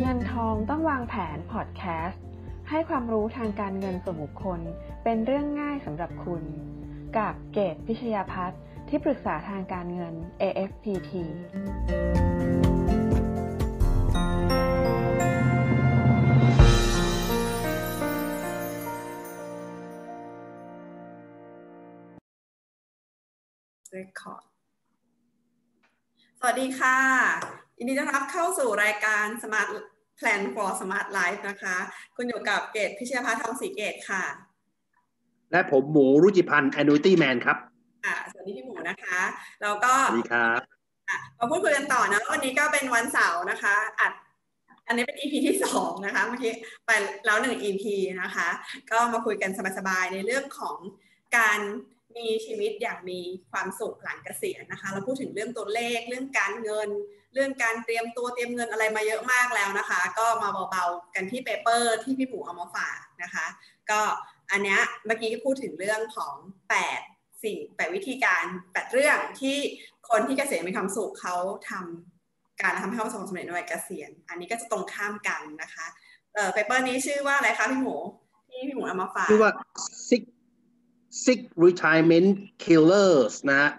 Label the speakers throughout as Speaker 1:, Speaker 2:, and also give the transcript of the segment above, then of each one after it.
Speaker 1: เงินทองต้องวางแผนพอดแคสต์ให้ความรู้ทางการเงินส่วนบุคคล เป็นเรื่องง่ายสำหรับคุณ กับเกตพิชยาพัฒน์ที่ปรึกษาทางการเงิน AFPT
Speaker 2: รคอร์ดสวัสดีค่ะยินดีต้อนรับเข้าสู่รายการ Smart Plan for Smart Life นะคะ คุณอยู่กับเกตพิชยาภาทองศรีเกตค่ะ
Speaker 3: และผมหมูรุจิพันธ์ Annuity Man ครับ
Speaker 2: อ่าสวัสดีพี่หมูนะคะแล้วก็
Speaker 3: สวัสดีครับ
Speaker 2: อ่ะมาพูดคุยกันต่อนะวันนี้ก็เป็นวันเสาร์นะคะอัดอันนี้เป็น EP ที่สองนะคะเมื่อกี้ไปแล้วหนึ่ง EP นะคะ ก็มาคุยกันสบายๆในเรื่องของการมีชีวิตอย่างมีความสุขหลังเกษียณนะคะ เราพูดถึงเรื่องตัวเลข เรื่องการเงิน เรื่องการเตรียมตัวเตรียมเงินอะไรมาเยอะมากแล้วนะคะ ก็มาเบาๆกันที่เปเปอร์ที่พี่หมูเอามาฝากนะคะ ก็อันเนี้ยเมื่อกี้ก็พูดถึงเรื่องของ 8 สิ่ง8วิธีการ 8 เรื่องที่คนที่เกษียณมีความสุขเขาทำการทำให้เขาประสบความสำเร็จในวัยเกษียณ อันนี้ก็จะตรงข้ามกันนะคะเออเปเปอร์นี้ชื่อว่าอะไรคะพี่หมูที่พี่หมูเอามาฝาก
Speaker 3: ชื่อว่า six six retirement killers นะฮะ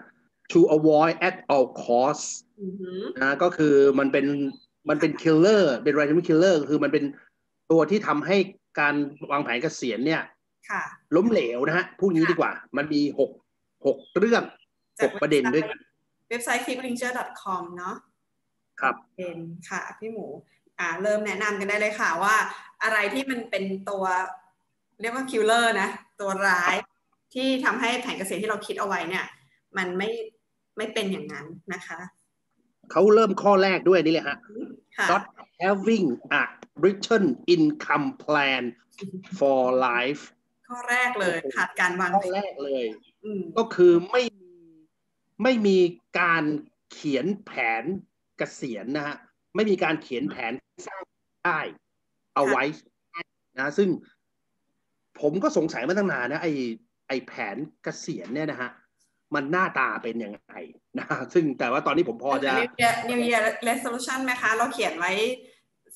Speaker 3: to avoid at all costs
Speaker 2: อือหือ
Speaker 3: นะก็คือมันเป็นมันเป็น killer เป็น retirement killer คือมันเป็นตัวที่ทำให้การวางแผนเกษียณเนี่ย
Speaker 2: ค่ะ
Speaker 3: ล้มเหลวนะฮะพูดงี้ดีกว่า มันมีหกหกเรื่องหกประเด็นด้วยกัน
Speaker 2: เว็บไซต์ cliplinger.com เนาะ
Speaker 3: ครับ
Speaker 2: เป็นค่ะ พี่หมู อ่า เริ่มแนะนำกันได้เลยค่ะว่า อะไรที่มันเป็นตัว เรียกว่าคิลเลอร์นะ ตัวร้ายที่ทำให้แผนเกษตรที่เราคิดเอาไว้เนี่ย มันไม่ไม่เป็นอย่างนั้นนะคะ
Speaker 3: เขาเริ่มข้อแรกด้วยนี่เลยฮะ
Speaker 2: ค่ะ
Speaker 3: not having a written income plan for life
Speaker 2: ข้อแรกเลยขาดการวาง
Speaker 3: ข้อ
Speaker 2: แผน
Speaker 3: แรกเลย
Speaker 2: อืม
Speaker 3: ก็คือไม่มีไม่มีการเขียนแผนเกษียณนะฮะไม่มีการเขียนแผนสร้างได้ เอาไว้นะซึ่งผมก็สงสัยมาตั้งนานนะไอไอแผนเกษียณเนี่ยนะฮะมันหน้าตาเป็นยังไงนะฮะซึ่งแต่ว่าตอนนี้ผมพอจะ
Speaker 2: นิวเยียร์ New Year Resolution ไหมคะ เราเขียนไว้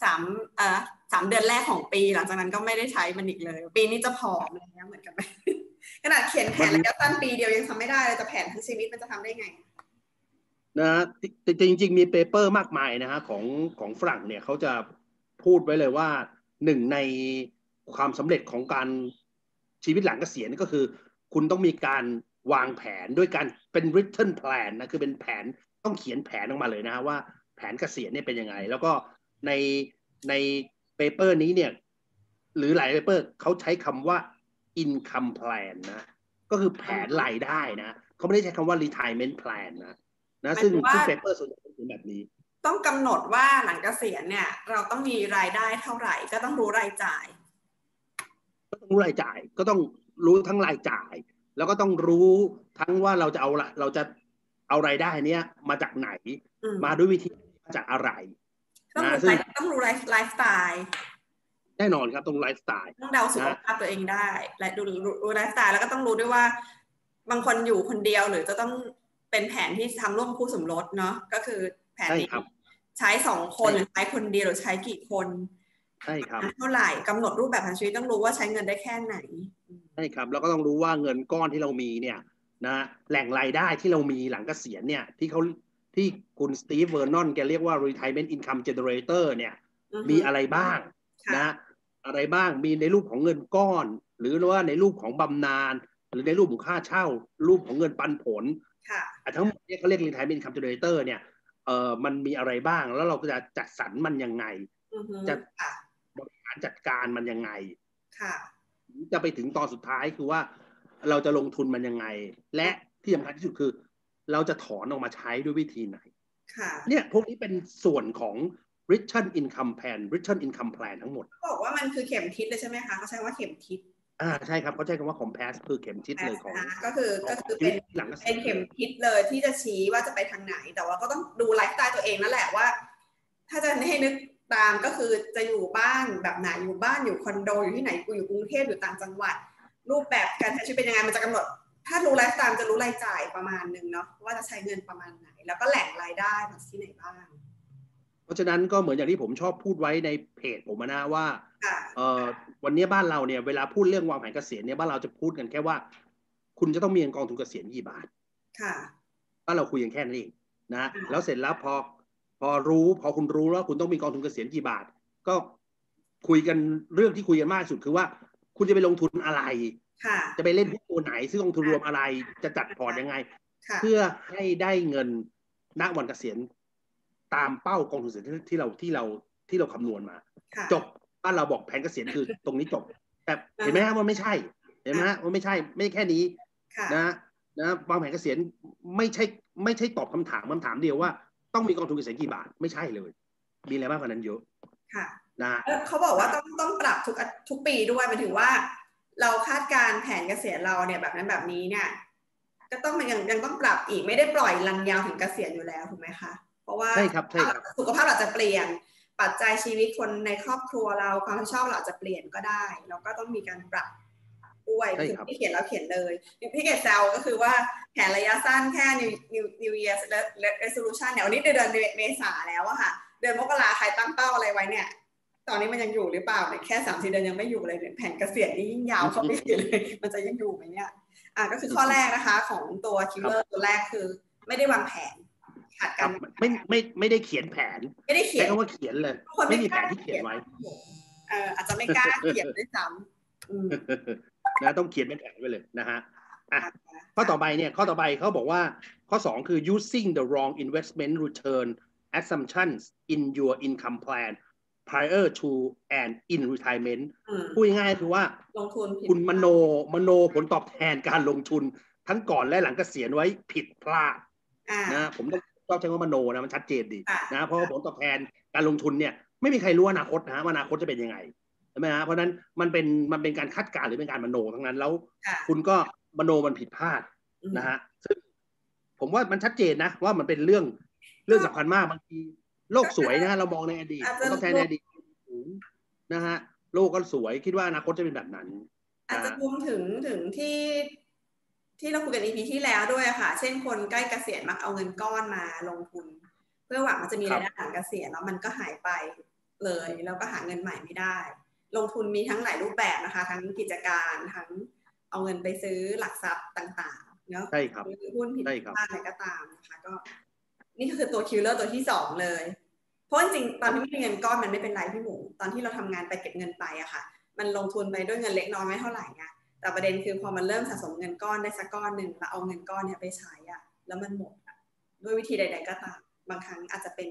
Speaker 2: สามเอ่อสามเดือนแรกของปี หลังจากนั้นก็ไม่ได้ใช้มันอีกเลย ปีนี้จะผอมอะไรเงี้ยเหมือนกันไหม ขนาดเขียนแผนระยะสั้นปีเดียวยังทำไม่ได้เลยแต่แผนทั้งชีวิตมันจะทำได้ไง
Speaker 3: นะแต่จริงจริง ๆ มีเปเปอร์มากมายนะฮะของของฝรั่งเนี่ยเขาจะพูดไว้เลยว่าหนึ่งในความสำเร็จของการชีวิตหลังเกษียณก็คือ คุณต้องมีการวางแผนด้วยการเป็น written plan นะคือเป็นแผนต้องเขียนแผนออกมาเลยนะฮะว่าแผนเกษียณเนี่ยเป็นยังไง แล้วก็ในในเปเปอร์นี้เนี่ยหรือหลายเปเปอร์เขาใช้คำว่า income plan นะก็คือแผนรายได้นะเขาไม่ได้ใช้คำว่า retirement plan นะ นะซึ่ง
Speaker 2: หมายถึงว่า
Speaker 3: ซึ่งเปเปอร์ส่วนใหญ่เป็นแบบนี้
Speaker 2: ต้องกำหนดว่าหลังเกษียณเนี่ย เราต้องมีรายได้เท่าไหร่ ก็ต้องรู้รายจ่าย
Speaker 3: ก็ต้องรู้รายจ่ายก็ต้องรู้ทั้งรายจ่าย แล้วก็ต้องรู้ทั้งว่าเราจะเอาละเราจะเอารายได้เนี้ยมาจากไหน
Speaker 2: อืม
Speaker 3: มาด้วยวิธีมาจากอะไร
Speaker 2: ต้อง
Speaker 3: นะ
Speaker 2: รู้
Speaker 3: ซึ่ง
Speaker 2: รายต้องรู้ไลฟ์ไลฟ์สไตล์
Speaker 3: แน่นอนครับตรงไลฟ์สไตล์
Speaker 2: ต้องเดาสุข
Speaker 3: นะ
Speaker 2: ภาพตัวเองได้ และดูรู้รู้ไลฟ์สไตล์แล้วก็ต้องรู้ด้วยว่า บางคนอยู่คนเดียวหรือจะต้องเป็นแผนที่ทำร่วมคู่สมรสเนาะก็คือแผน
Speaker 3: ใช่
Speaker 2: นี้
Speaker 3: ครับ
Speaker 2: ใช้สองคนห
Speaker 3: ใช่
Speaker 2: รือใช้คนเดียวหรือใช้กี่คน
Speaker 3: ใช่ครับ
Speaker 2: เท่าไหร่กำหนดรูปแบบการชีวิตต้องรู้ว่าใช้เงินได้แค่ไหน
Speaker 3: ใช่ครับ แล้วก็ต้องรู้ว่าเงินก้อนที่เรามีเนี่ยนะแหล่งรายได้ที่เรามีหลังเกษียณเนี่ยที่เขาที่คุณสตีฟเวอร์นอนแกเรียกว่า retirement income generator เนี่ย
Speaker 2: อือฮึ
Speaker 3: มีอะไรบ้าง
Speaker 2: ค่ะ
Speaker 3: นะอะไรบ้างมีในรูปของเงินก้อน หรือว่าในรูปของบำนาญหรือในรูปของค่าเช่า รูปของเงินปันผล
Speaker 2: ค่ะ
Speaker 3: อ่ะทั้งหมดเนี่ยเขาเรียก retirement income generator เนี่ยเออมันมีอะไรบ้างแล้วเราจะจัดสรรมันยังไง
Speaker 2: อือฮึ
Speaker 3: จะ
Speaker 2: ค่ะ
Speaker 3: การจัดการมันยังไง
Speaker 2: ค่ะ
Speaker 3: จะไปถึงตอนสุดท้ายคือว่าเราจะลงทุนมันยังไง และที่สำคัญที่สุดคือ เราจะถอนออกมาใช้ด้วยวิธีไหน
Speaker 2: ค่ะ
Speaker 3: เนี่ยพวกนี้เป็นส่วนของ return income plan return income plan ทั้งหมด
Speaker 2: บอกว่ามันคือเข็มทิศเลยใช่ไหมคะเขาใช้ว่าเข็มทิศ
Speaker 3: อ่าใช่ครับเขาใช้คำว่า compass คือเข็มทิศเลยของ
Speaker 2: นะคะก็คือก็คือเป็น
Speaker 3: หลัง
Speaker 2: เป็นเข็มทิศเลยที่จะชี้ว่าจะไปทางไหน แต่ว่าก็ต้องดูไลฟ์สไตล์ตัวเองนั่นแหละว่า ถ้าจะให้นึกตามก็คือจะอยู่บ้านแบบไหนอยู่บ้านอยู่คอนโดอยู่ที่ไหนกูอยู่กรุงเทพอยู่ต่างจังหวัด รูปแบบการใช้ชีวิตเป็นยังไงมันจะกำหนด ถ้ารู้ไลฟ์สไตล์จะรู้รายจ่ายประมาณหนึงเนาะว่าจะใช้เงินประมาณไหน แล้วก็แหล่งรายได้มาที่ไหนบ้าง
Speaker 3: เพราะฉะนั้นก็เหมือนอย่างที่ผมชอบพูดไว้ในเพจผมอะนะว่า
Speaker 2: ค่ะ
Speaker 3: เอ่อวันนี้บ้านเราเนี่ยเวลาพูดเรื่องวางแผนเกษียณเนี่ยบ้านเราจะพูดกันแค่ว่า คุณจะต้องมีเงินกองทุนเกษียณกี่บาท
Speaker 2: ค่ะ
Speaker 3: บ้านเราคุยกันแค่นั้นเองนะ
Speaker 2: อืม
Speaker 3: แล้วเสร็จแล้วพอพอรู้พอคุณรู้แล้วคุณต้องมีกองทุนเกษียณกี่บาท ก็คุยกันเรื่องที่คุยกันมากที่สุดคือว่า คุณจะไปลงทุนอะไร
Speaker 2: ค่ะ
Speaker 3: จะไปเล่นหุ้นตัวไหนซื้อกองทุนรวมอะไรจะจัดพอร์ตยังไง
Speaker 2: ค่ะ
Speaker 3: เพื่อให้ได้เงินณวันเกษียณตามเป้ากองทุนเกษียณที่เราที่เราที่เราคำนวณมา
Speaker 2: ค่ะ
Speaker 3: จบบ้านเราบอกแผนเกษียณคือ ตรงนี้จบ แต่เห็นไหมฮะว่าไม่ใช่ เห็นไหมฮะว่าไม่ใช่ไม่แค่นี้
Speaker 2: ค่ะ
Speaker 3: นะนะวางแผนเกษียณไม่ใช่ไม่ใช่ตอบคำถามคำถามเดียวว่า ต้องมีกองทุนเกษียณกี่บาทไม่ใช่เลย มีอะไรมากกว่านั้นเยอะ
Speaker 2: ค่ะ
Speaker 3: นะ
Speaker 2: เอ่อเขาบอกว่าต้องต้องปรับทุกอาทุกปีด้วยหมายถึงว่า เราคาดการณ์แผนเกษียณเราเนี่ยแบบนั้นแบบนี้เนี่ย ก็ต้องมันยังยังต้องปรับอีกไม่ได้ปล่อยรันยาวถึงเกษียณอยู่แล้วถูกไหมคะเพราะว่า
Speaker 3: ใช่ครับใช่ครับ
Speaker 2: สุขภาพเราจะเปลี่ยน ปัจจัยชีวิตคนในครอบครัวเราความรับผิดชอบเราอาจจะเปลี่ยนก็ได้เราก็ต้องมีการปรับด้วย
Speaker 3: ใช่ครับ
Speaker 2: ที่เขียนแล้วเขียนเลยพี่เกดแซวก็คือว่าแผนระยะสั้นแค่ New New New Year Resolution เนี่ยวันนี้เดือนเมษาแล้วอะค่ะ เดือนมกราใครตั้งเป้าอะไรไว้เนี่ย ตอนนี้มันยังอยู่หรือเปล่าเนี่ยแค่สามสี่เดือนยังไม่อยู่เลยเนี่ยแผนเกษียณนี่ยิ่ง ยาวเข้าไปอีกเลย มันจะยังอยู่ไหมเนี่ย อ่ะก็คือข้อแรกนะคะ ของตัวคิลเลอร์ตัวแรกคือ ไม่ได้วางแผนขาดการ
Speaker 3: คั
Speaker 2: ร
Speaker 3: บไม่ไม่ไม่ได้เขียนแผน
Speaker 2: ไม่ได้เขีย
Speaker 3: ใช้
Speaker 2: น
Speaker 3: คำว่าเขียนเลย
Speaker 2: คน
Speaker 3: ไม่
Speaker 2: ไม่
Speaker 3: มี
Speaker 2: ก
Speaker 3: แผ
Speaker 2: ล้าน
Speaker 3: ที่เขียนไว้
Speaker 2: เอออาจจะไม่กล้าเขียนด้วยซ้ำอืม
Speaker 3: นะต้องเขียนเป็นแผนไว้เลยนะฮะ อ่ะ ข้อต่อไปเนี่ยข้อต่อไปเขาบอกว่าข้อ 2 คือ using the wrong investment return assumptions in your income plan prior to and in retirement
Speaker 2: อืม
Speaker 3: พูดง่ายๆคือว่า
Speaker 2: ลงทุนผิด
Speaker 3: คุณมโนมโนผลตอบแทนการลงทุน ทั้งก่อนและหลังเกษียณไว้ผิดพลาด
Speaker 2: อ่า
Speaker 3: นะผมต้องชอบใช้คำว่ามโนนะมันชัดเจนดี
Speaker 2: ค่ะ
Speaker 3: นะเพราะว่าผลตอบแทนการลงทุนเนี่ยไม่มีใครรู้อนาคตนะฮะว่าอนาคตจะเป็นยังไงใช่ไหมฮะเพราะฉะนั้นมันเป็นมันเป็นการคาดการณ์หรือเป็นการมโนทั้งนั้นแล้ว
Speaker 2: ค่ะ
Speaker 3: คุณก็มโนมันผิดพลาด
Speaker 2: อืม
Speaker 3: นะฮะซึ่งผมว่ามันชัดเจนนะ ว่ามันเป็นเรื่องเรื่องสำคัญมากบางทีโลกสวยนะฮะเรามองในอดีตผลตอบแทนในอดีตสูงนะฮะโลกก็สวยคิดว่าอนาคตจะเป็นแบบนั้น
Speaker 2: อาจจะรวมถึงถึงที่ ที่เราคุยกัน EP ที่แล้วด้วยอะค่ะ เช่นคนใกล้เกษียณมักเอาเงินก้อนมาลงทุน เพื่อหวังมันจะมี
Speaker 3: ครับ
Speaker 2: รายได้หลังเกษียณแล้วมันก็หายไปเลย แล้วก็หาเงินใหม่ไม่ได้ ลงทุนมีทั้งหลายรูปแบบนะคะ ทั้งกิจการทั้งเอาเงินไปซื้อหลักทรัพย์ต่างๆเนาะ
Speaker 3: ใช่ครับ
Speaker 2: ซื้อหุ้นผิด
Speaker 3: ใช่ครับ
Speaker 2: พลาดอะไรก็ตามนะคะก็ นี่ก็คือตัวคิลเลอร์ตัวที่สองเลย เพราะจริงๆตอนที่ไม่มีเงินก้อนมันไม่เป็นไรพี่หมูตอนที่เราทำงานไปเก็บเงินไปอะค่ะ มันลงทุนไปด้วยเงินเล็กน้อยไม่เท่าไหร่ไงแต่ประเด็นคือพอมันเริ่มสะสมเงินก้อนได้สักก้อนหนึ่งแล้วเอาเงินก้อนเนี่ยไปใช้อะแล้วมันหมดอะด้วยวิธีใด ๆ ก็ตามบางครั้งอาจจะเป็น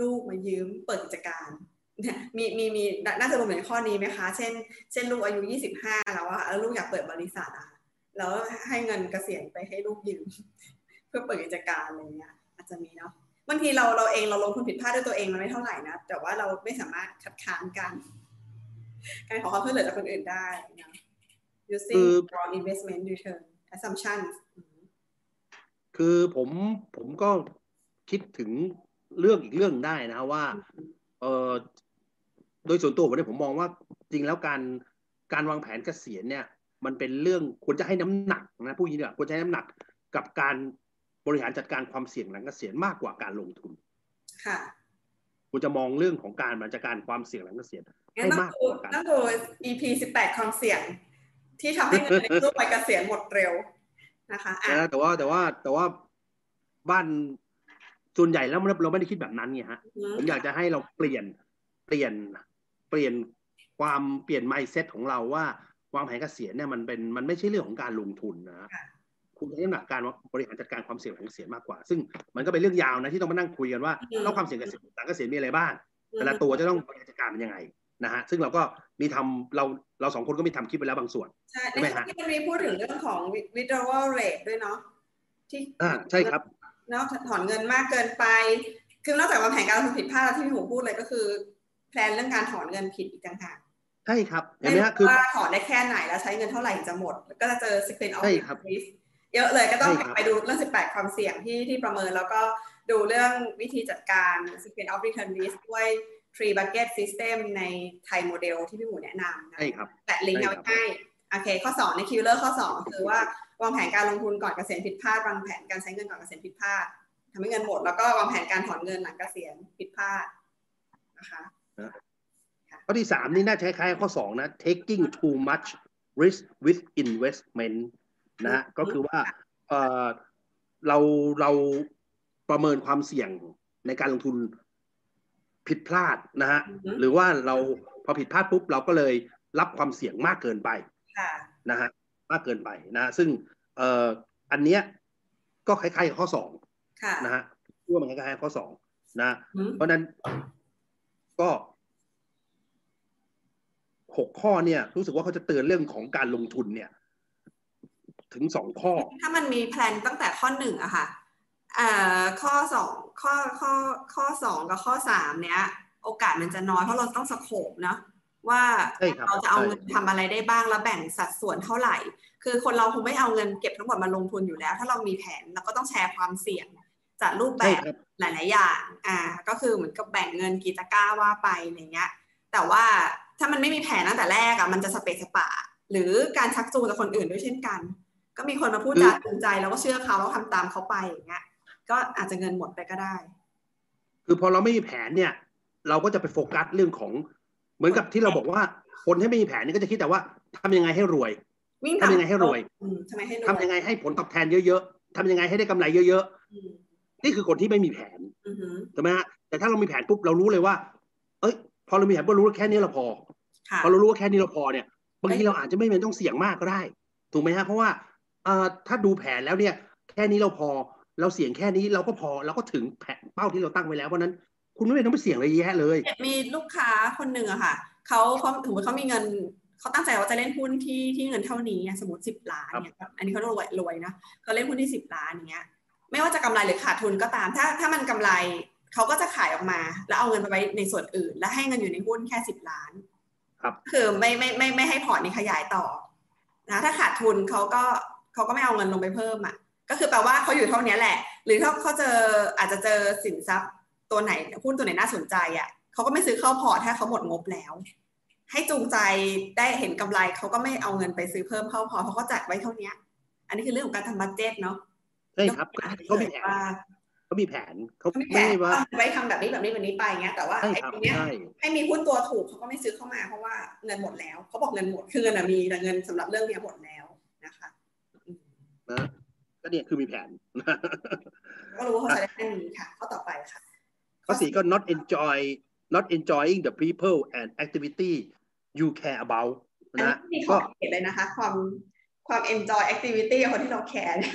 Speaker 2: ลูกมายืมเปิดกิจการ เนี่ยมีมีมีน่าจะรวมถึงข้อนี้ไหมคะ เช่น เช่นลูกอายุ 25 แล้วอะแล้วลูกอยากเปิดบริษัทอะแล้วให้เงินเกษียณไปให้ลูกยืม เพื่อเปิดกิจการอะไรเงี้ยอาจจะมีเนาะ บางทีเราเราเองเราลงทุนผิดพลาดด้วยตัวเองมันไม่เท่าไหร่นะ แต่ว่าเราไม่สามารถคัดค้านการ การขอความช่วยเหลือจากคนอื่นได้นะ
Speaker 3: คื
Speaker 2: using
Speaker 3: อ
Speaker 2: wrong investment return assumption
Speaker 3: คือผมผมก็คิดถึงเรื่องอีกเรื่องได้นะว่าเออโดยส่วนตัวผมเนี่ยผมมองว่าจริงแล้วการการวางแผนเกษียณเนี่ย มันเป็นเรื่องควรจะให้น้ำหนักนะผู้นี้เนี่ยควรจะให้น้ำหนักกับการบริหารจัดการความเสี่ยงหลังเกษียณมากกว่าการลงทุน
Speaker 2: ค่ะ
Speaker 3: คุณจะมองเรื่องของการบริหารจัดการความเสี่ยงหลังเกษียณ
Speaker 2: งั้นต้องดู
Speaker 3: ให้มากกว่ากัน
Speaker 2: ต้องดู EP 18 ความเสี่ยง ที่ทำให้เงินในรูปไปเกษียณหมดเร็วนะคะอ่ะ
Speaker 3: นะแต่ว่าแต่ว่าแต่ว่าบ้านส่วนใหญ่แล้วเราไม่ได้คิดแบบนั้นไงฮะ
Speaker 2: อืม
Speaker 3: ผมอยากจะให้เราเปลี่ยนเปลี่ยนเปลี่ยนความเปลี่ยน mindset ของเราว่าวางแผนเกษียณเนี่ยมันเป็นมันไม่ใช่เรื่องของการลงทุนนะคุณจะให้น้ำหนักการบริหารจัดการความเสี่ยงหลังเกษียณมากกว่า ซึ่งมันก็เป็นเรื่องยาวนะที่ต้องมานั่งคุยกันว่าแล้วความเสี่ยงเกษียณหลังเกษียณมีอะไรบ้าง แต่ละตัวจะต้องบริหารจัดการมันยังไงนะฮะซึ่งเราก็มีทำเราเราสองคนก็มีทำคลิปไปแล้วบางส่วน
Speaker 2: ใช่ใน
Speaker 3: ใช่ไหมฮะ
Speaker 2: คลิปที่มันมีพูดถึงเรื่องของ withdrawal rate ด้วยเนาะที่
Speaker 3: อ่าใช่ครับ
Speaker 2: เนอกถอนเงินมากเกินไป คือนอกจากวางแผนการลงทุนผิดพลาดแล้วที่พี่หมูพูดเลยก็คือ แพลนเรื่องการถอนเงินผิดอีกต่างหาก
Speaker 3: ใช่ครับเห็น
Speaker 2: ไม่รู้
Speaker 3: ไหมฮะคือ
Speaker 2: ว่าถอนได้แค่ไหนแล้วใช้เงินเท่าไหร่ถึงจะหมด ก็จะเจอ spin off
Speaker 3: ใช่ครับ
Speaker 2: risk เยอะเลยก็ต้อง
Speaker 3: ใช่ครับ
Speaker 2: ไปดูเรื่อง 18 ความเสี่ยงที่ที่ประเมินแล้วก็ดูเรื่องวิธีจัดการ spin off return risk ด้วย three bucket system ในไทยโมเดลที่พี่หมูแนะนำนะ
Speaker 3: ใช่ครับ
Speaker 2: แปะลิงก์เอาไว้ให้โอเค ข้อ2ในคิวเลอร์ข้อ 2 ก็คือว่าวางแผนการลงทุนก่อนเกษียณผิดพลาดวางแผนการใช้เงินก่อนเกษียณผิดพลาดทำให้เงินหมดแล้วก็วางแผนการถอนเงินหลังเกษียณผิดพล ลาดนะคะ
Speaker 3: ข้อที่สามนี่น่าจะคล้ายๆข้อสองนะ taking too much risk with investment นะฮะก็คือว่าเอ่อเราเราประเมินความเสี่ยงในการลงทุนผิดพลาดนะฮะ
Speaker 2: อือฮึ
Speaker 3: หรือว่าเราพอผิดพลาดปุ๊บ เราก็เลยรับความเสี่ยงมากเกินไป
Speaker 2: ค่ะ
Speaker 3: นะฮะมากเกินไปนะฮะซึ่งเอ่ออันเนี้ยก็คล้ายๆกับข้อสอง
Speaker 2: ค่ะ
Speaker 3: นะฮะว่ามันคล้ายๆกับข้อสองนะฮะ
Speaker 2: อืม
Speaker 3: เพราะฉะนั้นก็หกข้อเนี่ย รู้สึกว่าเขาจะเตือนเรื่องของการลงทุนเนี่ย ถึงสองข้อ
Speaker 2: ถ้ามันมีแพลนตั้งแต่ข้อหนึ่งอะค่ะเอ่อข้อสองข้อข้อข้อสองกับข้อสามเนี้ย โอกาสมันจะน้อยเพราะเราต้องสโคบเนาะว่า
Speaker 3: ใช่ครับ
Speaker 2: เราจะเอา
Speaker 3: ใช่
Speaker 2: เงินทำอะไรได้บ้างแล้วแบ่งสัดส่วนเท่าไหร่ คือคนเราคงไม่เอาเงินเก็บทั้งหมดมาลงทุนอยู่แล้ว ถ้าเรามีแผนเราก็ต้องแชร์ความเสี่ยงจัดรูปแบ
Speaker 3: ใช่
Speaker 2: บ
Speaker 3: ครับ
Speaker 2: หลาย ๆ อย่าง อ่า ก็คือเหมือนกับแบ่งเงินกีตะกร้าว่าไปอะไรเงี้ย แต่ว่าถ้ามันไม่มีแผนตั้งแต่แรกอะมันจะสเปซสปะ หรือการชักจูงจากคนอื่นด้วยเช่นกัน ก็มีคนมาพูดจาจูงใจแล้วก็เชื่อเขาแล้วทำตามเขาไปอย่างเงี้ย ก็อาจจะเงินหมดไปก็ได้
Speaker 3: คือพอเราไม่มีแผนเนี่ย เราก็จะไปโฟกัสเรื่องของ เหมือนกับที่เราบอกว่า คนที่ไม่มีแผนเนี่ยก็จะคิดแต่ว่าทำยังไงให้รวย
Speaker 2: วิ่ง
Speaker 3: ทำยังไงให้รวย
Speaker 2: อืมทำไมให้รวย
Speaker 3: ทำยังไงให้ผลตอบแทนเยอะๆทำยังไงให้ได้กำไรเยอะ
Speaker 2: อืม
Speaker 3: ๆนี่คือคนที่ไม่มีแผน
Speaker 2: อือหือ
Speaker 3: ถูกไหมฮะแต่ถ้าเรามีแผนปุ๊บเรารู้เลยว่า เอ้ย พอเรามีแผนปุ๊บเรารู้ว่าแค่นี้เราพอ
Speaker 2: ค่ะ
Speaker 3: พอเรารู้ว่าแค่นี้เราพอเนี่ยบางทีเราอาจจะไม่จำเป็นต้องเสี่ยงมากก็ได้ ถูกไหมฮะเพราะว่าเอ่อถ้าดูแผนแล้วเนี่ย แค่นี้เราพอ เราเสี่ยงแค่นี้เราก็พอเราก็ถึงแผนเป้าที่เราตั้งไว้แล้วเพราะฉะนั้น คุณไม่จำเป็นต้องไปเสี่ยงอะไรเยอะแยะเลย
Speaker 2: เนี่ยมีลูกค้าคนหนึ่งอะค่ะเขาเขาถือว่าเขามีเงินเขาตั้งใจว่าจะเล่นหุ้นที่ที่เงินเท่านี้อะสมมติสิบล้านเนี่ยอันนี้เขารวยรวยนะเขาเล่นหุ้นที่สิบล้านอย่างเงี้ย ไม่ว่าจะกำไรหรือขาดทุนก็ตาม ถ้าถ้ามันกำไรเขาก็จะขายออกมา แล้วเอาเงินไปไว้ในส่วนอื่น แล้วให้เงินอยู่ในหุ้นแค่สิบล้าน
Speaker 3: ครับ
Speaker 2: คือไม่ไม่ไม่ไม่ให้พอร์ตนี้ขยายต่อนะถ้าขาดทุนเขาก็เขาก็ไม่เอาเงินลงไปเพิ่มอ่ะ ก็คือแปลว่าเขาอยู่เท่านี้แหละ หรือถ้าเขาเจออาจจะเจอสินทรัพย์ตัวไหนหุ้นตัวไหนน่าสนใจอ่ะเขาก็ไม่ซื้อเข้าพอร์ตถ้าเขาหมดงบแล้ว ให้จูงใจได้เห็นกำไรเขาก็ไม่เอาเงินไปซื้อเพิ่มเข้าพอร์ตเพราะเขาจัดไว้เท่านี้อันนี้คือเรื่องของการทำบัตเจ็ตเนาะ
Speaker 3: ใช่ครับเขามีแผน
Speaker 2: ว่า
Speaker 3: เขามีแผนเขา
Speaker 2: เขามีแผ
Speaker 3: ไม่
Speaker 2: น
Speaker 3: ได้ว่า
Speaker 2: ว่าไว้ทำแบบนี้แบบนี้แบบนี้ไปเงี้ยแต่ว่า
Speaker 3: ใช่
Speaker 2: ไอ้
Speaker 3: ครับ
Speaker 2: ตรงเนี้ย
Speaker 3: ใช่
Speaker 2: ให้มีหุ้นตัวถูกเขาก็ไม่ซื้อเข้ามาเพราะว่าเงินหมดแล้วเขาบอกเงินหมดคือเงินอะมีแต่เงินสำหรับเรื่องเนี้ยหมดแล้วนะคะ
Speaker 3: นะก็เนี่ยคือมีแผน
Speaker 2: ก็รู้ว่าเขาใช้ได้แค่นี้ค่ะข้อต่อไปค่ะ
Speaker 3: ข้อสี่ก็ not enjoy not enjoying the people and activity you care about
Speaker 2: อัน
Speaker 3: นะ
Speaker 2: นี้
Speaker 3: ฮะ
Speaker 2: มีข
Speaker 3: ก็
Speaker 2: อบเขตเลยนะคะ ความความ enjoy activity ของคนที่เราแคร์เนี่ย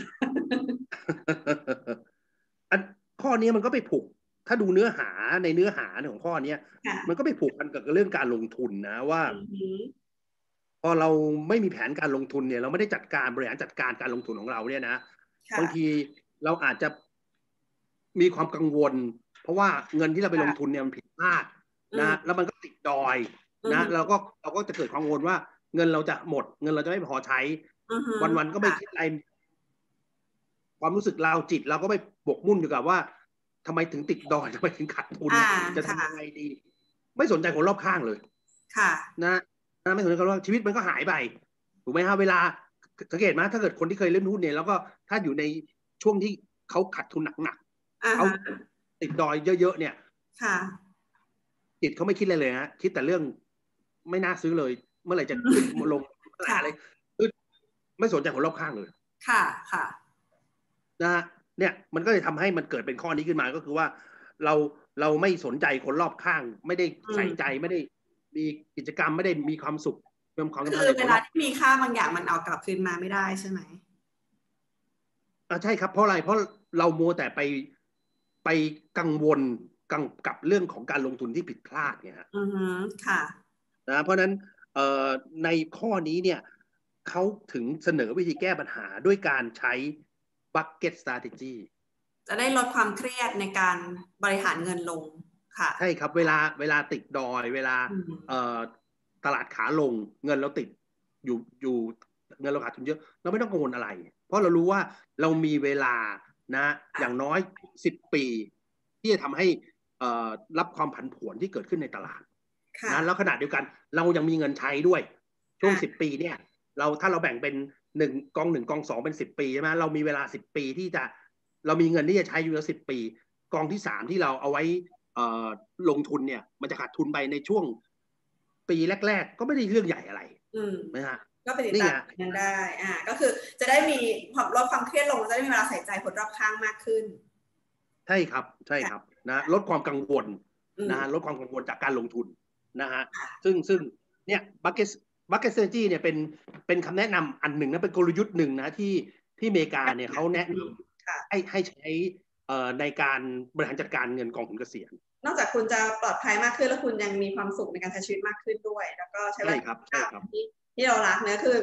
Speaker 3: อันข้อนี้มันก็ไปผูก ถ้าดูเนื้อหาในเนื้อหาของข้อเนี้ย
Speaker 2: ค่ะ
Speaker 3: มันก็ไปผูกพันกับเรื่องการลงทุนนะว่า
Speaker 2: อือหือ
Speaker 3: พอเราไม่มีแผนการลงทุนเนี่ย เราไม่ได้จัดการบริหารจัดการการลงทุนของเราเนี่ยนะ
Speaker 2: ค่ะ
Speaker 3: บางทีเราอาจจะมีความกังวล เพราะว่าเงินที่เราไปลงทุนเนี่ยมันผิดพลาดนะแล้วมันก็ติดดอย
Speaker 2: อืม
Speaker 3: นะเราก็เราก็จะเกิดความกังวลว่า เงินเราจะหมด เงินเราจะไม่พอใช้
Speaker 2: อือหือ
Speaker 3: วันๆก็ไม่
Speaker 2: ค่ะ
Speaker 3: คิดอะไร ความรู้สึกเราจิตเราก็ไปบกมุ่นอยู่กับว่าทำไมถึงติดดอย ทำไมถึงขาดทุน
Speaker 2: อ่า
Speaker 3: จะ
Speaker 2: ค่ะ
Speaker 3: ทำยังไงดี ไม่สนใจคนรอบข้างเลย
Speaker 2: ค่ะ
Speaker 3: นะนะไม่สนใจคนรอบชีวิตมันก็หายไปถูกไหมฮะเวลาสังเกตไหมถ้าเกิดคนที่เคยเล่นหุ้นเนี่ยแล้วก็ถ้าอยู่ในช่วงที่เขาขาดทุนหนัก
Speaker 2: อ่า
Speaker 3: ๆเขา
Speaker 2: ฮะ
Speaker 3: ติดดอยเยอะๆเนี่ย
Speaker 2: ค่ะ
Speaker 3: จิตเขาไม่คิดอะไรเลยฮะคิดแต่เรื่องไม่น่าซื้อเลย เมื่อไหร่จะขึ้นลงเมื่อไหร่อะไรคือไม่สนใจคนรอบข้างเลย
Speaker 2: ค่ะค่ะ
Speaker 3: นะฮะเนี่ยมันก็เลยทำให้มันเกิดเป็นข้อนี้ขึ้นมาก็คือว่า เราเราไม่สนใจคนรอบข้าง ไม่ได้ใส่ใจไม่ได้มีกิจกรรมไม่ได้มีความสุขเพิ่มความสัมพัน
Speaker 2: คือ
Speaker 3: ธ์อะไร
Speaker 2: เว
Speaker 3: กับคน
Speaker 2: ลาร
Speaker 3: อบ
Speaker 2: ที่มีค่าบางอย่างมันเอากลับคืนมาไม่ได้ใช่ไหม
Speaker 3: อ่ะใช่ครับเพราะอะไรเพราะเรามัวแต่ไปไปกังวลกังกับเรื่องของการลงทุนที่ผิดพลาดเนี่ยฮะ
Speaker 2: อือหือค่ะ
Speaker 3: นะเพราะฉะนั้นเอ่อในข้อนี้เนี่ยเขาถึงเสนอวิธีแก้ปัญหาด้วยการใช้ bucket strategy
Speaker 2: จะได้ลดความเครียดในการบริหารเงินลงค่ะ
Speaker 3: ใช่ครับเวลาเวลาติดดอยเวลา
Speaker 2: อืม
Speaker 3: เอ่อตลาดขาลงเงินเราติดอยู่อยู่เงินเราขาดทุนเยอะ เราไม่ต้องกังวลอะไร เพราะเรารู้ว่าเรามีเวลานะ อย่างน้อยสิบปี ที่จะทำให้เอ่อรับความผันผวนที่เกิดขึ้นในตลาด
Speaker 2: ค่ะ
Speaker 3: นะแล้วขณะเดียวกันเรายังมีเงินใช้ด้วย ช่วง
Speaker 2: ค่ะ
Speaker 3: สิบปีเนี่ย เราถ้าเราแบ่งเป็นหนึ่งกองหนึ่งกองสองเป็นสิบปีใช่ไหมเรามีเวลาสิบปีที่จะเรามีเงินที่จะใช้อยู่แล้วสิบปี กองที่สามที่เราเอาไว้ เอ่อลงทุนเนี่ย มันจะขาดทุนไปในช่วงปีแรก ๆ ก็ไม่ได้เรื่องใหญ่อะไร
Speaker 2: อืม
Speaker 3: นะฮะ
Speaker 2: ก็ไปติด
Speaker 3: นี่
Speaker 2: ตาม
Speaker 3: ไง
Speaker 2: นั้นได้ อ่า ก็คือจะได้มีความลดความเครียดลง จะได้มีเวลาใส่ใจคนรอบข้างมากขึ้น
Speaker 3: ใช่ครับ ใช่ครับนะลดความกังวล
Speaker 2: อืม
Speaker 3: นะฮะลดความกังวลจากการลงทุนนะฮะซึ่งซึ่งเนี่ยบัคเก็ตบัคเก็ตเซอร์จีเนี่ยเป็นเป็นคำแนะนำอันหนึ่งนะเป็นกลยุทธ์หนึ่งนะที่ที่อเมริกาเนี่ยเขาแนะน
Speaker 2: ค่ะ
Speaker 3: ำให้ให้ใช้เอ่อในการบริหารจัดการเงินกองทุนเกษียณ
Speaker 2: นอกจากคุณจะปลอดภัยมากขึ้น แล้วคุณยังมีความสุขในการใช้ชีวิตมากขึ้นด้วย แล้วก็ใช้เว
Speaker 3: ใช่
Speaker 2: ลา
Speaker 3: ครับใช่ครับ
Speaker 2: ที่ที่เรารักเนอะคือ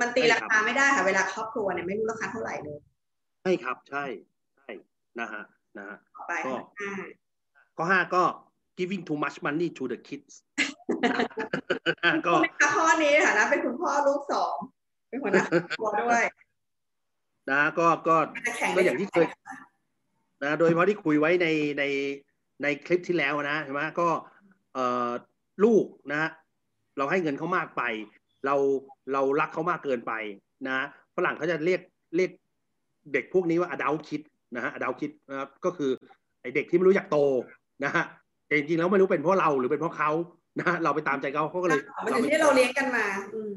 Speaker 2: มันตี
Speaker 3: ใช่
Speaker 2: รา
Speaker 3: ครับ
Speaker 2: คาไม่ได้ค่ะ เวลาครอบครัวเนี่ยไม่รู้ราคาเท่าไหร่เลย
Speaker 3: ใช่ครับใช่ใช่นะฮะนะฮะ
Speaker 2: ต่อไป
Speaker 3: ก็
Speaker 2: ค่ะอ่า
Speaker 3: ข้อห้าก็ giving too much money to the kids นะฮะ ก็
Speaker 2: คุณแม่ข้อนี้ในฐานะเป็นคุณพ่อลูกสอง เป็นหัวหน้าครอบครัวด้วย
Speaker 3: นะก็ก็
Speaker 2: จะแข่ง
Speaker 3: ก็อย่างที่เคย นะโดยเฉพาะที่คุยไว้ในในในคลิปที่แล้วนะใช่ไหมก็เอ่อลูกนะ เราให้เงินเขามากไป เราเรารักเขามากเกินไปนะฝรั่งเขาจะเรียกเรียกเด็กพวกนี้ว่าอดาคิดนะฮะอดาคิดนะครับก็คือไอเด็กที่ไม่รู้อยากโตนะฮะแต่จริงๆแล้วไม่รู้เป็นเพราะเราหรือเป็นเพราะเขานะฮะเราไปตามใจเขาเขาก็เลย
Speaker 2: มันอยู่ที่เราเลี้ยงกันมา อืม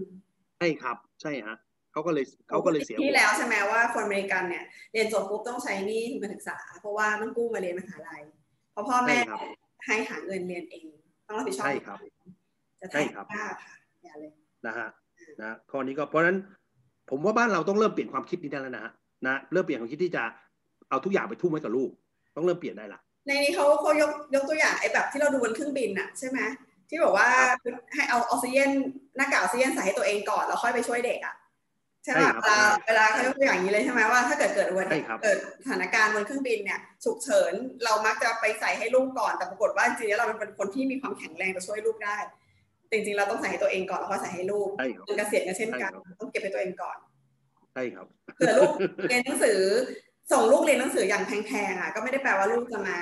Speaker 3: ใช่ครับ ใช่ฮะเขาก็เลยเขาก็เลยเสีย
Speaker 2: ที่แล้วใช่ไหมว่าคนอเมริกันเนี่ยเรียนจบปุ๊บต้องใช้หนี้ทุนการศึกษา เพราะว่าต้องกู้มาเรียนมหาลัยเพราะพ่อ
Speaker 3: ใช่
Speaker 2: แม่
Speaker 3: ครับ
Speaker 2: ให้หาเงินเรียนเองต้องรับผิดชอบ
Speaker 3: ใช่ครับ
Speaker 2: จะ
Speaker 3: ใช่
Speaker 2: ทำ
Speaker 3: ครับ
Speaker 2: ยากค่ะอย่าเลย
Speaker 3: นะฮะนะข้อนี้ก็เพราะฉะนั้นผมว่าบ้านเราต้องเริ่มเปลี่ยนความคิดนี้ได้แล้วนะฮะนะเริ่มเปลี่ยนความคิดที่จะเอาทุกอย่างไปทุ่มให้กับลูก ต้องเริ่มเปลี่ยนได้ละ
Speaker 2: ในนี้เขาเขายกยกตัวอย่างไอ้แบบที่เราดูบนเครื่องบินน่ะใช่ไหมที่บอกว่าให้เอาออกซิเจนหน้ากากออกซิเจนใส่ให้ตัวเองก่อนแล้วค่อยไปช่วยเด็กอ่ะใช่
Speaker 3: ใช่
Speaker 2: ป่ะ
Speaker 3: ครับ
Speaker 2: เวลาเวลาเขายกตัวอย่างอย่างนี้เลยใช่ไหมว่าถ้าเกิดเกิดอุบัติ
Speaker 3: ใช่
Speaker 2: เหตุ
Speaker 3: ครับ
Speaker 2: เกิดสถานการณ์บนเครื่องบินเนี่ยฉุกเฉินเรามักจะไปใส่ให้ลูกก่อนแต่ปรากฏว่าจริงๆแล้วเราเป็นคนที่มีความแข็งแรงจะช่วยลูกได้ จริงๆเราต้องใส่ให้ตัวเองก่อนแล้วก็ใส่ให้ลูก
Speaker 3: ใช่ครับ
Speaker 2: มันเกษียณก็เช่นกัน
Speaker 3: ใช่ครับ
Speaker 2: ต้องเก็บให้ตัวเองก่อน
Speaker 3: ใช่ครับ
Speaker 2: เผื่อลูกเรียนหนังสือส่งลูกเรียนหนังสืออย่างแพงๆอ่ะก็ไม่ได้แปลว่าลูกจะมา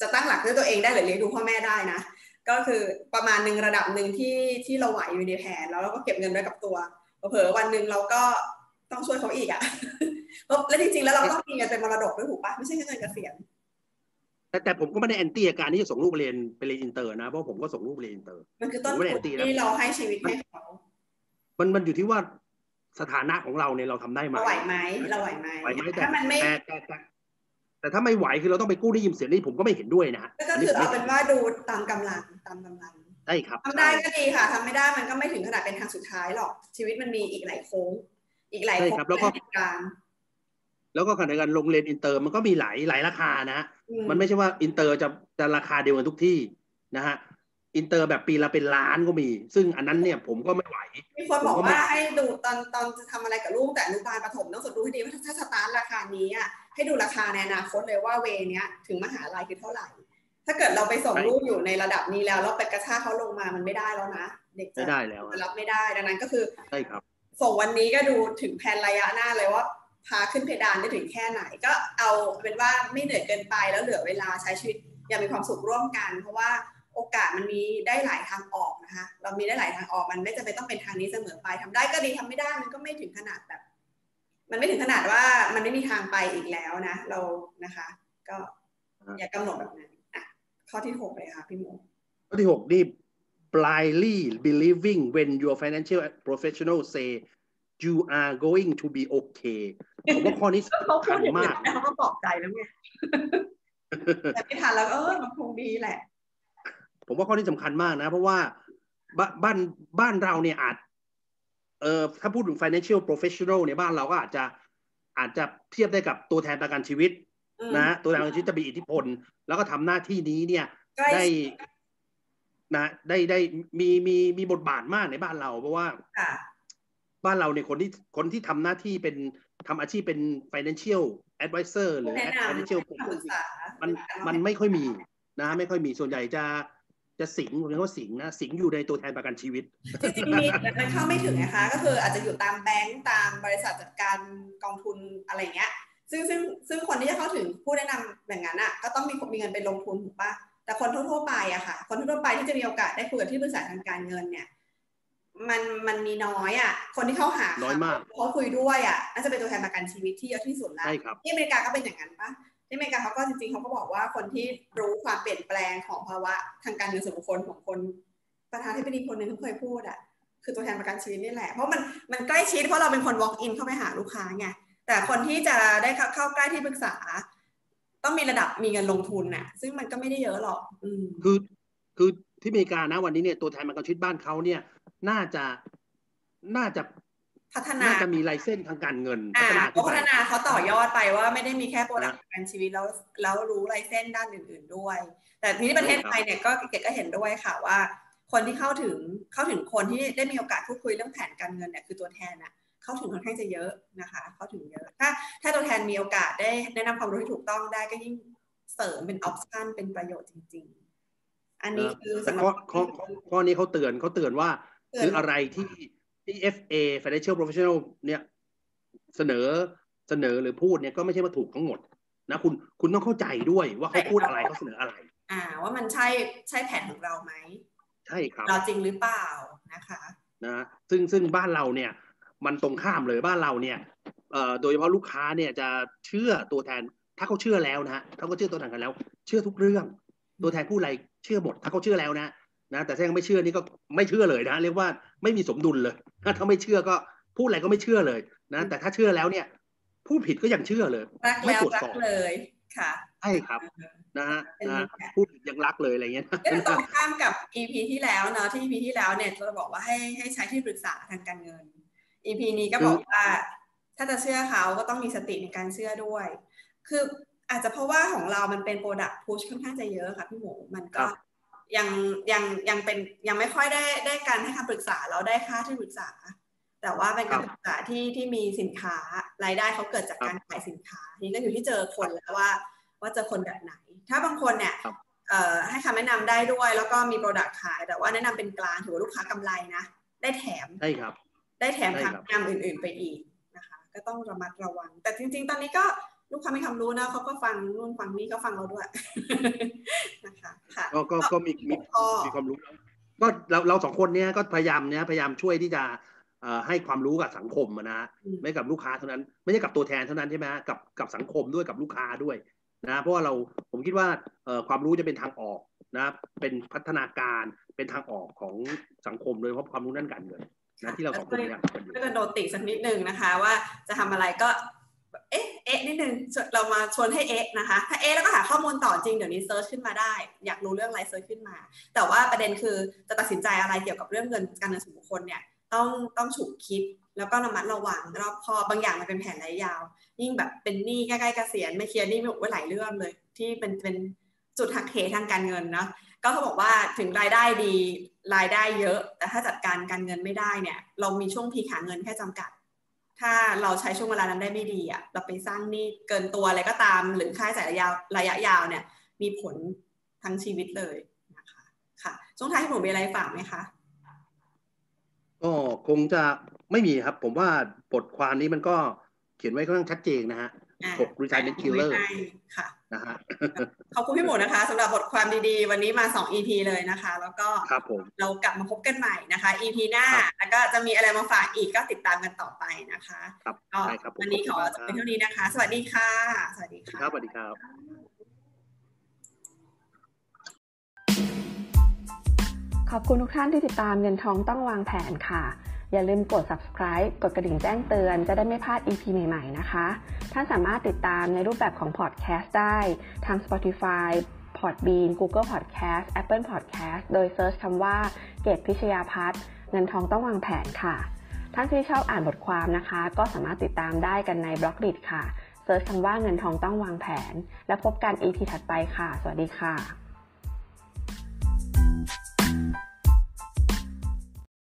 Speaker 2: จะตั้งหลักด้วยตัวเองได้หรือเลี้ยงดูพ่อแม่ได้นะ ก็คือประมาณหนึ่งระดับหนึ่งที่ที่เราไหวอยู่ในแผนแล้วเราก็เก็บเงินไว้กับตัวเผลอๆวันหนึ่งเราก็ต้องช่วยเขาอีกอ่ะ แล้วและจริงๆแล้วเราก็มีเงินเป็นมรดกด้วยถูกปะไม่ใช่แค่เงินเกษียณ
Speaker 3: แต่แต่ผมก็ไม่ได้แอนตี้การที่จะส่งลูกเรียนไปเรียนอินเตอร์นะเพราะผมก็ส่งลูกเรียนอินเตอร์
Speaker 2: มันคือต้น
Speaker 3: ผมไม่ได้
Speaker 2: ทุน
Speaker 3: ตีนะ
Speaker 2: ที่เราให้ชีวิตให้เขา
Speaker 3: มันมันอยู่ที่ว่าสถานะของเราเนี่ยเราทำได้ไหม
Speaker 2: เราไหวไหมเราไหวไหม
Speaker 3: ไหวไหมแต่
Speaker 2: ถ้ามันไม่
Speaker 3: แต่แต่แต่แต่ถ้าไม่ไหวคือเราต้องไปกู้หนี้ยืมสินนี่ผมก็ไม่เห็นด้วยนะฮะ
Speaker 2: ก็คือเอาเป็นว่าดูตามกำลังตามกำลัง
Speaker 3: ใช่ครับ
Speaker 2: ทำได้ก็ดีค่ะทำไม่ได้มันก็ไม่ถึงขนาดเป็นทางสุดท้ายหรอก ชีวิตมันมีอีกหลายโค้ง อีกหลายโค้งในกลาง
Speaker 3: แล้วก็ขณะเดียวกันโรงเรียนอินเตอร์มันก็มีหลายหลายราคานะฮะ
Speaker 2: อื
Speaker 3: มันไม่ใช่ว่าอินเตอร์จะจะราคาเดียวกันทุกที่นะฮะอินเตอร์แบบปีละเป็นล้านก็มี ซึ่งอันนั้นเนี่ยผมก็ไม่ไหว
Speaker 2: มีคนบอก
Speaker 3: ผมก็ไม่
Speaker 2: ว่าให้ดูตอนตอนจะทำอะไรกับลูกแต่อนุบาลประถมต้องสดดูให้ดีว่าถ้าถ้าสตาร์ทราคานี้อ่ะให้ดูราคาในอนาคตเลยว่าเวเนี้ยถึงมหาลัยคือเท่าไหร่ ถ้าเกิดเราไปส่งลูกอยู่ในระดับนี้แล้วเราไปกระชากเขาลงมามันไม่ได้แล้วนะ เด็กจะ
Speaker 3: ไม่ได้แล้ว
Speaker 2: จะ
Speaker 3: อะ
Speaker 2: รับไม่ได้ดังนั้นก็คือ
Speaker 3: ใช่ครับ
Speaker 2: ส่งวันนี้ก็ดูถึงแผนระยะหน้าเลยว่าพาขึ้นเพดานได้ถึงแค่ไหน ก็เอาเป็นว่าไม่เหนื่อยเกินไปแล้วเหลือเวลาใช้ชีวิตอย่างมีความสุขร่วมกัน เพราะว่าโอกาสมันมีได้หลายทางออกนะคะเรามีได้หลายทางออกมันไม่จำเป็นต้องเป็นทางนี้เสมอไปทำได้ก็ดีทำไม่ได้มันก็ไม่ถึงขนาดแบบ มันไม่ถึงขนาดว่ามันไม่มีทางไปอีกแล้วนะ เรานะคะ ก็อย่ากำหนดแบบนั้นอ่ะข้อที่หกเลยค่ะพี่หมู
Speaker 3: ข้อที่หกนี่ blindly believing when your financial professional say you are going to be okay ผมว่าข้อนี้
Speaker 2: เขา
Speaker 3: สำ
Speaker 2: พู
Speaker 3: คั
Speaker 2: ด
Speaker 3: ญ
Speaker 2: อย่างนี้
Speaker 3: มาก
Speaker 2: แล้วเขาก็ปลอบใจ แล้วไงแต่ไม่ทันแล้วก็เออมันคงดีแหละ
Speaker 3: ผมว่าข้อนี้สำคัญมากนะ เพราะว่าบ้านบ้านบ้านเราเนี่ยอาจเอ่อถ้าพูดถึง financial professional เนี่ยบ้านเราก็อาจจะอาจจะเทียบได้กับตัวแทนประกันชีวิต
Speaker 2: อืม
Speaker 3: นะฮะตัวแทนของชีวิตจะมีอิทธิพล แล้วก็ทำหน้าที่นี้เนี่ย
Speaker 2: ใกล้
Speaker 3: ได้นะได้ได้มีมีมีบทบาทมากในบ้านเรา เพราะว่า
Speaker 2: ค่ะ
Speaker 3: บ้านเราเนี่ยคนที่คนที่ทำหน้าที่เป็นทำอาชีพเป็น financial advisor หรือ
Speaker 2: แนะนำ
Speaker 3: financial
Speaker 2: คำปรึกษา
Speaker 3: มันมันไม่ค่อยมีนะไม่ค่อยมีส่วนใหญ่จะจะสิงผมเรียกว่าสิงนะสิงอยู่ในตัวแทนประกันชีวิต
Speaker 2: จริงๆมีแต่มันเข้าไม่ถึงนะคะ ก็คืออาจจะอยู่ตามแบงก์ตามบริษัทจัดการกองทุนอะไรเงี้ย ซึ่งซึ่งซึ่งคนที่จะเข้าถึงผู้แนะนำแบบนั้นอ่ะก็ต้องมีมีเงินไปลงทุนถูกปะแต่คนทั่วๆไปอะค่ะ คนทั่วๆไปที่จะมีโอกาสได้คุยกับที่ปรึกษาทางการเงินเนี่ย มันมันมีน้อยอะคนที่เข้าหา
Speaker 3: น้อยมาก
Speaker 2: เขาคุยด้วยอะน่าจะเป็นตัวแทนประกันชีวิตที่เยอะที่สุดแล้ว
Speaker 3: ใช่ครับ
Speaker 2: ที่อเมริกาก็เป็นอย่างนั้นปะ ที่อเมริกาเขาก็จริงๆเขาก็บอกว่าคนที่รู้ความเปลี่ยนแปลงของภาวะทางการเงินส่วนบุคคลของคนประธานที่เป็นคนหนึ่งเขาเคยพูดอ่ะคือตัวแทนประกันชีวิตนี่แหละ เพราะมันมันใกล้ชิดเพราะเราเป็นคน walk in เข้าไปหาลูกค้าไงแต่คนที่จะได้เข้าเข้าใกล้ที่ปรึกษา ต้องมีระดับมีเงินลงทุนน่ะ ซึ่งมันก็ไม่ได้เยอะหรอก อืม
Speaker 3: คือคือที่อเมริกานะวันนี้เนี่ยตัวแทนมันกระชิดบ้านเขาเนี่ย น่าจะน่าจะ
Speaker 2: พัฒนา
Speaker 3: น่าจะมีลายเส้นทางการเงิน
Speaker 2: อ่า
Speaker 3: ขึ้
Speaker 2: ก็พั
Speaker 3: นไป
Speaker 2: ฒนาเขาต่อยอดไปว่าไม่ได้มีแค่โปรดัก
Speaker 3: นะ
Speaker 2: ต์ประกันชีวิตแล้วแล้วรู้ลายเส้นด้านอื่น ๆด้วย แต่ทีนี้ประเทศไทยเนี่ยก็เกดก็เห็นด้วยค่ะว่า คนที่เข้าถึงเข้าถึงคนที่ได้มีโอกาสพูดคุยเรื่องแผนการเงินเนี่ยคือตัวแทนน่ะเข้าถึงค่อนข้างจะเยอะนะคะ เข้าถึงเยอะถ้าถ้าตัวแทนมีโอกาสได้แนะนำความรู้ที่ถูกต้องได้ก็ยิ่งเสริมเป็นออปชันเป็นประโยชน์จริง ๆ อันนี้
Speaker 3: นะ
Speaker 2: คือ
Speaker 3: แต่
Speaker 2: สำหรั
Speaker 3: ข้อบ ข้อข้อข้อนี้เขาเตือนเขาเตือนว่า
Speaker 2: เตือน
Speaker 3: ซื้ออะไรที่ที่ FA Financial Professional เนี่ยเสนอเสนอหรือพูดเนี่ยก็ไม่ใช่ว่าถูกทั้งหมดนะคุณคุณต้องเข้าใจด้วยว่าเขาพูดอะไรเขาเสนออะไร
Speaker 2: อ่าว่ามันใช่ใช่แผนของเราไหม
Speaker 3: ใช่ครับ
Speaker 2: เราจริงหรือเปล่านะคะ
Speaker 3: นะฮะซึ่งซึ่งบ้านเราเนี่ยมันตรงข้ามเลยบ้านเราเนี่ยเอ่อโดยเฉพาะลูกค้าเนี่ยจะเชื่อตัวแทนถ้าเขาเชื่อแล้วนะฮะเขาก็เชื่อตัวแทนกันแล้ว เชื่อทุกเรื่อง ตัวแทนผู้ไรเชื่อหมด ถ้าเขาเชื่อแล้วนะนะแต่ถ้ายังไม่เชื่อนี่ก็ไม่เชื่อเลยนะเรียกว่าไม่มีสมดุลเลยนะถ้าไม่เชื่อก็พูดอะไรก็ไม่เชื่อเลยนะแต่ถ้าเชื่อแล้วเนี่ยพูดผิดก็ยังเชื่อเลย
Speaker 2: รัก
Speaker 3: ไม่
Speaker 2: แล้ว
Speaker 3: ตรวจ
Speaker 2: รั
Speaker 3: ส
Speaker 2: ก
Speaker 3: อบ
Speaker 2: เลยค่ะ
Speaker 3: ใช่ครับนะฮะ
Speaker 2: เป็นแบ
Speaker 3: นะฮะ
Speaker 2: บนี้
Speaker 3: พูดผิดยังรักเลยอะไรอย่างเงี้ยนะ
Speaker 2: ก็จะตรงข้ามกับ EP ที่แล้วเนาะที่ EP ที่แล้วเนี่ยเราบอกว่าให้ให้ใช้ที่ปรึกษาทางการเงิน EP นี้ก็บอกว่า ถ้าจะเชื่อเขาก็ต้องมีสติในการเชื่อด้วย คืออาจจะเพราะว่าของเรามันเป็นโปรดักต์พุชค่อนข้างจะเยอะค่ะพี่หมูมันก็ยังยังยังเป็นยังไม่ค่อยได้ได้การให้คำปรึกษาเราได้ค่าที่ปรึกษา แต่ว่าเป็นการปรึกษาที่ที่มีสินค้ารายได้เขาเกิดจากการขายสินค้า นี่ก็อยู่ที่เจอคนแล้วว่า ว่าเจอคนแบบไหน ถ้าบางคนเนี่ยเอ่อให้คำแนะนำได้ด้วย แล้วก็มีโปรดักต์ขาย แต่ว่าแนะนำเป็นกลางถือว่าลูกค้ากำไรนะ ได้แถม
Speaker 3: ใช่ครับ
Speaker 2: ได้แถม
Speaker 3: ใช่ครับ
Speaker 2: คำแนะนำอื่น ๆ ไปอีกนะคะ ก็ต้องระมัดระวัง แต่จริง ๆ ตอนนี้ก็ลูกค้ามีความรู้นะเขาก็ฟังนู่นฟังนี่ก็ฟังเราด้วย นะคะค่ะ
Speaker 3: ก็ก็ก็มีมี
Speaker 2: ก็
Speaker 3: มีความรู้แล้วก็เราเราสองคนเนี้ยก็พยายามเนี้ยพยายามช่วยที่จะเอ่อให้ความรู้กับสังคมอะนะ
Speaker 2: อืม
Speaker 3: ไม่กับลูกค้าเท่านั้น ไม่ใช่กับตัวแทนเท่านั้นใช่ไหมฮะกับกับสังคมด้วยกับลูกค้าด้วยนะเพราะว่าเราผมคิดว่าเอ่อความรู้จะเป็นทางออกนะเป็นพัฒนาการเป็นทางออกของสังคมโดยเฉพาะความรู้ด้านการเงินนะที่เราสองคนพยายามทำกันอยู่
Speaker 2: ช่วยกันโดนติสักนิดนึงนะคะ ว่าจะทำอะไรก็ เอ๊ะเอ๊ะนิดนึงชวนเรามาชวนให้เอ๊ะนะคะ ถ้าเอ๊ะแล้วก็หาข้อมูลต่อจริงเดี๋ยวนี้เซิร์ชขึ้นมาได้ อยากรู้เรื่องอะไรเซิร์ชขึ้นมา แต่ว่าประเด็นคือจะตัดสินใจอะไรเกี่ยวกับเรื่องเงินการเงินส่วนบุคคลเนี่ย ต้องต้องฉุกคิดแล้วก็ระมัดระวังรอบคอบบางอย่างมันเป็นแผนระยะยาว ยิ่งแบบเป็นหนี้ใกล้ๆเกษียณไม่เคลียร์หนี้ไม่อุไว้หลายเรื่องเลย ที่เป็นเป็นจุดหักเหทางการเงินเนาะก็เขาบอกว่าถึงรายได้ดีรายได้เยอะ แต่ถ้าจัดการการเงินไม่ได้เนี่ย เรามีช่วงพีคหาเงินแค่จำกัด ถ้าเราใช้ช่วงเวลานั้นได้ไม่ดีอะเราไปสร้างหนี้เกินตัวอะไรก็ตาม หรือค่าใช้จ่ายระยะระยะยาวเนี่ย มีผลทั้งชีวิตเลยนะคะค่ะช่วงท้ายให้ผมมีอะไรฝากไหมคะ
Speaker 3: ก็คงจะไม่มีครับ ผมว่าบทความนี้มันก็เขียนไว้ค่อนข้างชัดเจนนะฮะ
Speaker 2: อ่า
Speaker 3: หก Retirement Killer
Speaker 2: ใช่ค่ะ
Speaker 3: นะฮะ
Speaker 2: ขอบคุณพี่หมูนะคะสำหรับบทความดีๆ วันนี้มา 2 EP เลยนะคะ แล้วก็
Speaker 3: ครับผม
Speaker 2: เรากลับมาพบกันใหม่นะคะ EP หน้า แล้วก็จะมีอะไรมาฝากอีกก็ติดตามกันต่อไปนะคะ
Speaker 3: ครับ
Speaker 2: ก็
Speaker 3: ได้ครับผม
Speaker 2: วันนี้ขอจบเพียงเท่านี้นะคะ สวัสดีค่ะ สวัสดีค่ะ
Speaker 3: ครับสวัสดีครับ
Speaker 1: ขอบคุณทุกท่านที่ติดตามเงินทองต้องวางแผนค่ะ อย่าลืมกด subscribe กดกระดิ่งแจ้งเตือนจะได้ไม่พลาด EP ใหม่ ๆ นะคะ ท่านสามารถติดตามในรูปแบบของ podcast ได้ทาง Spotify Podbean Google Podcast Apple Podcast โดย search คำว่าเกตพิชยาพัฒน์เงินทองต้องวางแผนค่ะ ท่านที่ชอบอ่านบทความนะคะ ก็สามารถติดตามได้กันในบล็อกดิค่ะ search คำว่าเงินทองต้องวางแผน และพบกัน EP ถัดไปค่ะ สวัสดีค่ะ